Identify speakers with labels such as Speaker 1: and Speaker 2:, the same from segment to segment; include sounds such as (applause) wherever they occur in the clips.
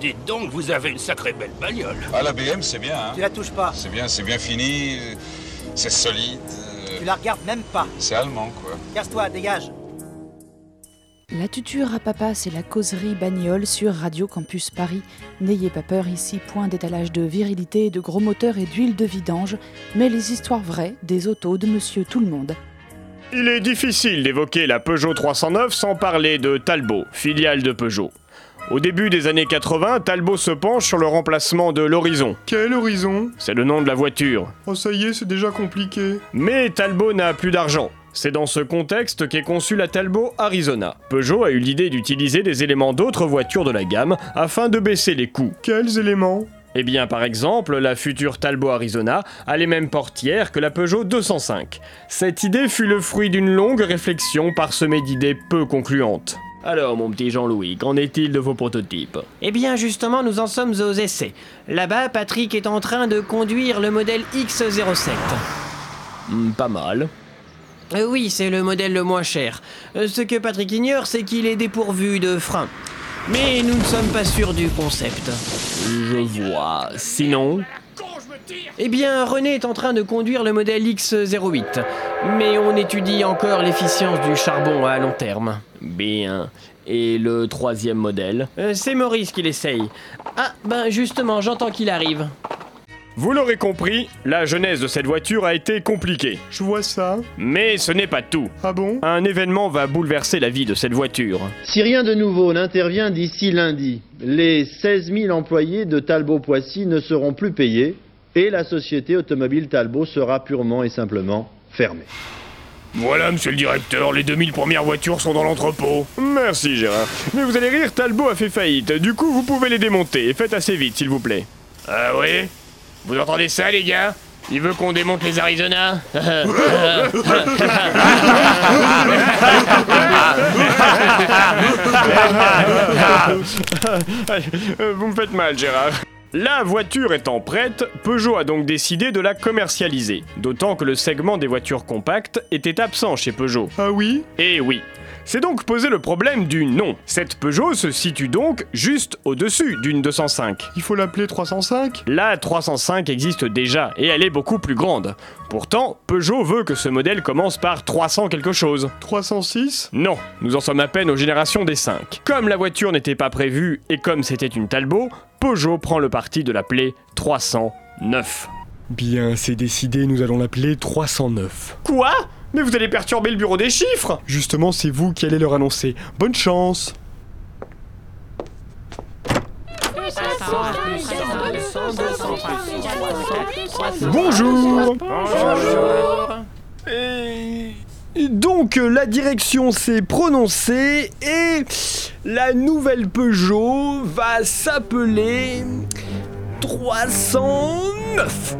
Speaker 1: Dites donc, vous avez une sacrée belle bagnole.
Speaker 2: Ah, la BM, c'est bien, hein
Speaker 3: Tu la touches pas.
Speaker 2: C'est bien, c'est bien fini, euh, c'est solide, euh,
Speaker 3: Tu la regardes même pas.
Speaker 2: c'est allemand, quoi.
Speaker 3: Casse-toi, dégage.
Speaker 4: La tuture à papa, c'est la causerie bagnole sur Radio Campus Paris. N'ayez pas peur ici, point d'étalage de virilité, de gros moteurs et d'huile de vidange, mais les histoires vraies des autos de monsieur tout le monde.
Speaker 5: Il est difficile d'évoquer la Peugeot 309 sans parler de Talbot, filiale de Peugeot. Au début des années 80, Talbot se penche sur le remplacement de l'Horizon.
Speaker 6: Quel horizon
Speaker 5: C'est le nom de la voiture.
Speaker 6: Oh ça y est, c'est déjà compliqué.
Speaker 5: Mais Talbot n'a plus d'argent. C'est dans ce contexte qu'est conçue la Talbot Arizona. Peugeot a eu l'idée d'utiliser des éléments d'autres voitures de la gamme afin de baisser les coûts.
Speaker 6: Quels éléments
Speaker 5: Eh bien, par exemple, la future Talbot Arizona a les mêmes portières que la Peugeot 205. Cette idée fut le fruit d'une longue réflexion parsemée d'idées peu concluantes. Alors, mon petit Jean-Louis, qu'en est-il de vos prototypes
Speaker 7: Eh bien justement, nous en sommes aux essais. Là-bas, Patrick est en train de conduire le modèle X07.
Speaker 5: Hmm, Pas mal.
Speaker 7: Euh, oui, c'est le modèle le moins cher. Euh, ce que Patrick ignore, c'est qu'il est dépourvu de frein. Mais nous ne sommes pas sûrs du concept.
Speaker 5: Je vois. Sinon,
Speaker 7: Eh bien, René est en train de conduire le modèle X08. Mais on étudie encore l'efficience du charbon à long terme.
Speaker 5: bien. Et le troisième modèle
Speaker 7: Euh, c'est Maurice qui l'essaye. Ah, ben justement, j'entends qu'il arrive.
Speaker 5: Vous l'aurez compris, la genèse de cette voiture a été compliquée.
Speaker 6: Je vois ça.
Speaker 5: Mais ce n'est pas tout.
Speaker 6: Ah bon
Speaker 5: Un événement va bouleverser la vie de cette voiture.
Speaker 8: Si rien de nouveau n'intervient d'ici lundi, les 16 000 employés de Talbot-Poissy ne seront plus payés et la société automobile Talbot sera purement et simplement fermée.
Speaker 5: Voilà, monsieur le directeur, les 2000 premières voitures sont dans l'entrepôt. Merci, Gérard. Mais vous allez rire, Talbot a fait faillite. Du coup, vous pouvez les démonter. Et faites assez vite, s'il vous plaît. Ah oui Vous entendez ça, les gars Il veut qu'on démonte les Arizona (laughs) Euh, Vous me faites mal, Gérard. La voiture étant prête, Peugeot a donc décidé de la commercialiser, d'autant que le segment des voitures compactes était absent chez Peugeot.
Speaker 6: Ah oui
Speaker 5: Eh oui. C'est donc posé le problème du nom. Cette Peugeot se situe donc juste au-dessus d'une 205.
Speaker 6: Il faut l'appeler 305
Speaker 5: La 305 existe déjà et elle est beaucoup plus grande. Pourtant, Peugeot veut que ce modèle commence par 300 quelque chose.
Speaker 6: 306
Speaker 5: Non, nous en sommes à peine aux générations des 5. Comme la voiture n'était pas prévue et comme c'était une Talbot, Peugeot prend le parti de l'appeler 309.
Speaker 6: Bien, c'est décidé, nous allons l'appeler 309.
Speaker 5: Quoi Mais vous allez perturber le bureau des chiffres
Speaker 6: Justement, c'est vous qui allez leur annoncer. Bonne chance Bonjour Et... Donc euh, la direction s'est prononcée et la nouvelle Peugeot va s'appeler 309.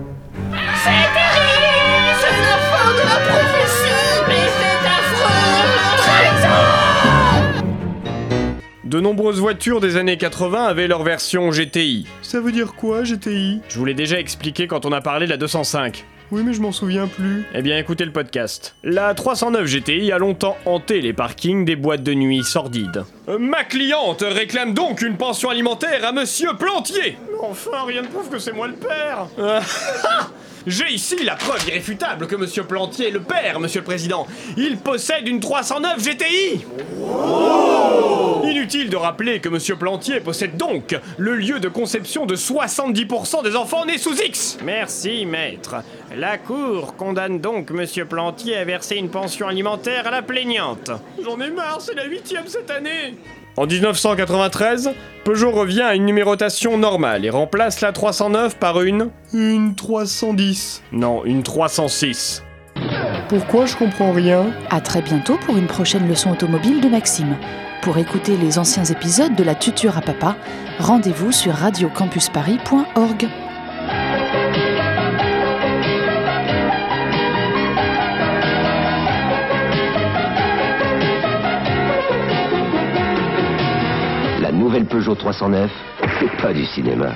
Speaker 5: De nombreuses voitures des années 80 avaient leur version GTI.
Speaker 6: Ça veut dire quoi GTI
Speaker 5: Je vous l'ai déjà expliqué quand on a parlé de la 205.
Speaker 6: Oui mais je m'en souviens plus.
Speaker 5: Eh bien écoutez le podcast. La 309 GTI a longtemps hanté les parkings des boîtes de nuit sordides. Euh, ma cliente réclame donc une pension alimentaire à monsieur Plantier Enfin, rien ne prouve que c'est moi le père (laughs) J'ai ici la preuve irréfutable que monsieur Plantier est le père, monsieur le président. Il possède une 309 GTI Oh. Inutile de rappeler que Monsieur Plantier possède donc le lieu de conception de 70% des enfants nés sous X. Merci, maître. La Cour condamne donc Monsieur Plantier à verser une pension alimentaire à la plaignante. J'en ai marre, c'est la huitième cette année. En 1993, Peugeot revient à une numérotation normale et remplace la 309 par une...
Speaker 6: Une 310.
Speaker 5: Non, une 306.
Speaker 6: Pourquoi je comprends rien
Speaker 4: À très bientôt pour une prochaine leçon automobile de Maxime. Pour écouter les anciens épisodes de la tuture à papa, rendez-vous sur radiocampusparis.org.
Speaker 9: La nouvelle Peugeot 309, c'est pas du cinéma.